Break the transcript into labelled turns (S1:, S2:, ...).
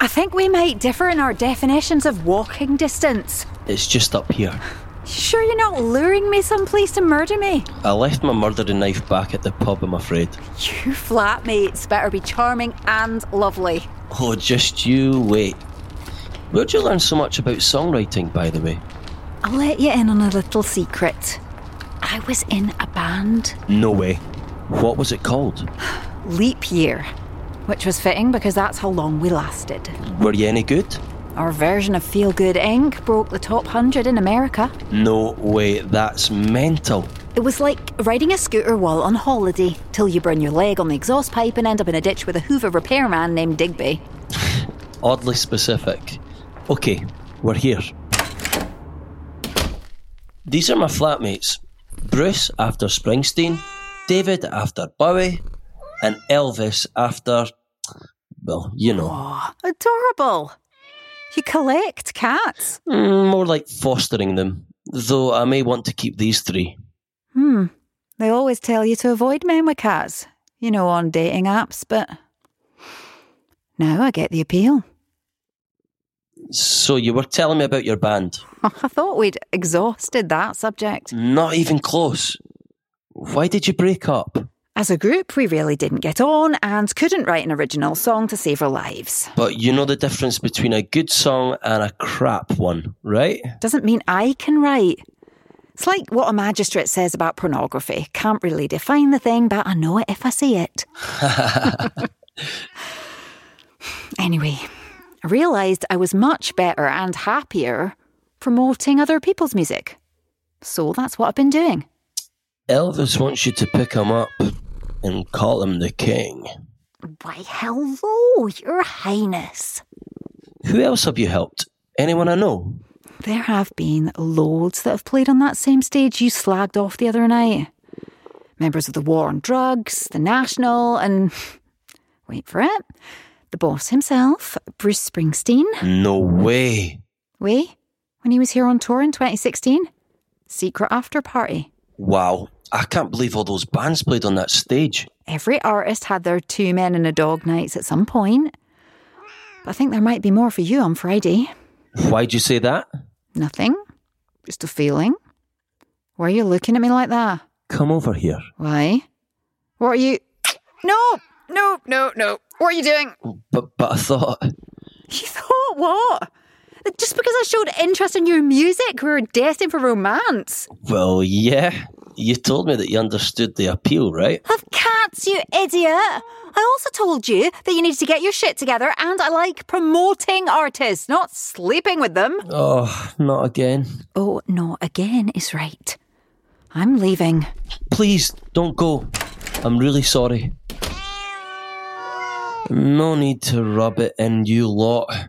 S1: I think we might differ in our definitions of walking distance.
S2: It's just up here.
S1: Sure, you're not luring me someplace to murder me?
S2: I left my murdering knife back at the pub, I'm afraid.
S1: You flatmates better be charming and lovely.
S2: Oh, just you wait. Where'd you learn so much about songwriting, by the way?
S1: I'll let you in on a little secret. I was in a band,
S2: No way. What was it called?
S1: Leap Year, which was fitting because that's how long we lasted.
S2: Were you any good?
S1: Our version of Feel Good Inc. broke the top 100 in America.
S2: No way, that's mental.
S1: It was like riding a scooter while on holiday till you burn your leg on the exhaust pipe and end up in a ditch with a Hoover repairman named Digby.
S2: Oddly specific. Okay, we're here. These are my flatmates Bruce after Springsteen, David after Bowie, and Elvis after. Well, you know.
S1: Oh, Adorable! You collect cats.
S2: Mm, More like fostering them, though I may want to keep these three.
S1: They always tell you to avoid men with cats, you know, on dating apps, but now I get the appeal.
S2: So, you were telling me about your band.
S1: I thought we'd exhausted that subject.
S2: Not even close. Why did you break up?
S1: As a group, we really didn't get on and couldn't write an original song to save our lives.
S2: But you know the difference between a good song and a crap one, right?
S1: Doesn't mean I can write. It's like what a magistrate says about pornography. Can't really define the thing, but I know it if I see it. anyway, I realised I was much better and happier promoting other people's music. So that's what I've been doing.
S2: Elvis wants you to pick him up and call him the king.
S1: Why, hello, Your Highness.
S2: Who else have you helped? Anyone I know?
S1: There have been loads that have played on that same stage you slagged off the other night. Members of the War on Drugs, The National, and wait for it, the boss himself, Bruce Springsteen.
S2: No way.
S1: Way, when he was here on tour in 2016, secret after party.
S2: Wow. I can't believe all those bands played on that stage.
S1: Every artist had their two men and a dog nights at some point. But I think there might be more for you on Friday.
S2: Why'd you say that?
S1: Nothing, just a feeling. Why are you looking at me like that?
S2: Come over here.
S1: Why? What are you? No, no, no, no. What are you doing?
S2: But but I thought
S1: You thought what? That Just because I showed interest in your music, we were destined for romance.
S2: Well yeah. You told me that you understood the appeal, right?
S1: Of cats, you idiot! I also told you that you needed to get your shit together, and I like promoting artists, not sleeping with them.
S2: Oh, not again.
S1: Oh, no, again is right. I'm leaving.
S2: Please don't go. I'm really sorry. No need to rub it in, you lot.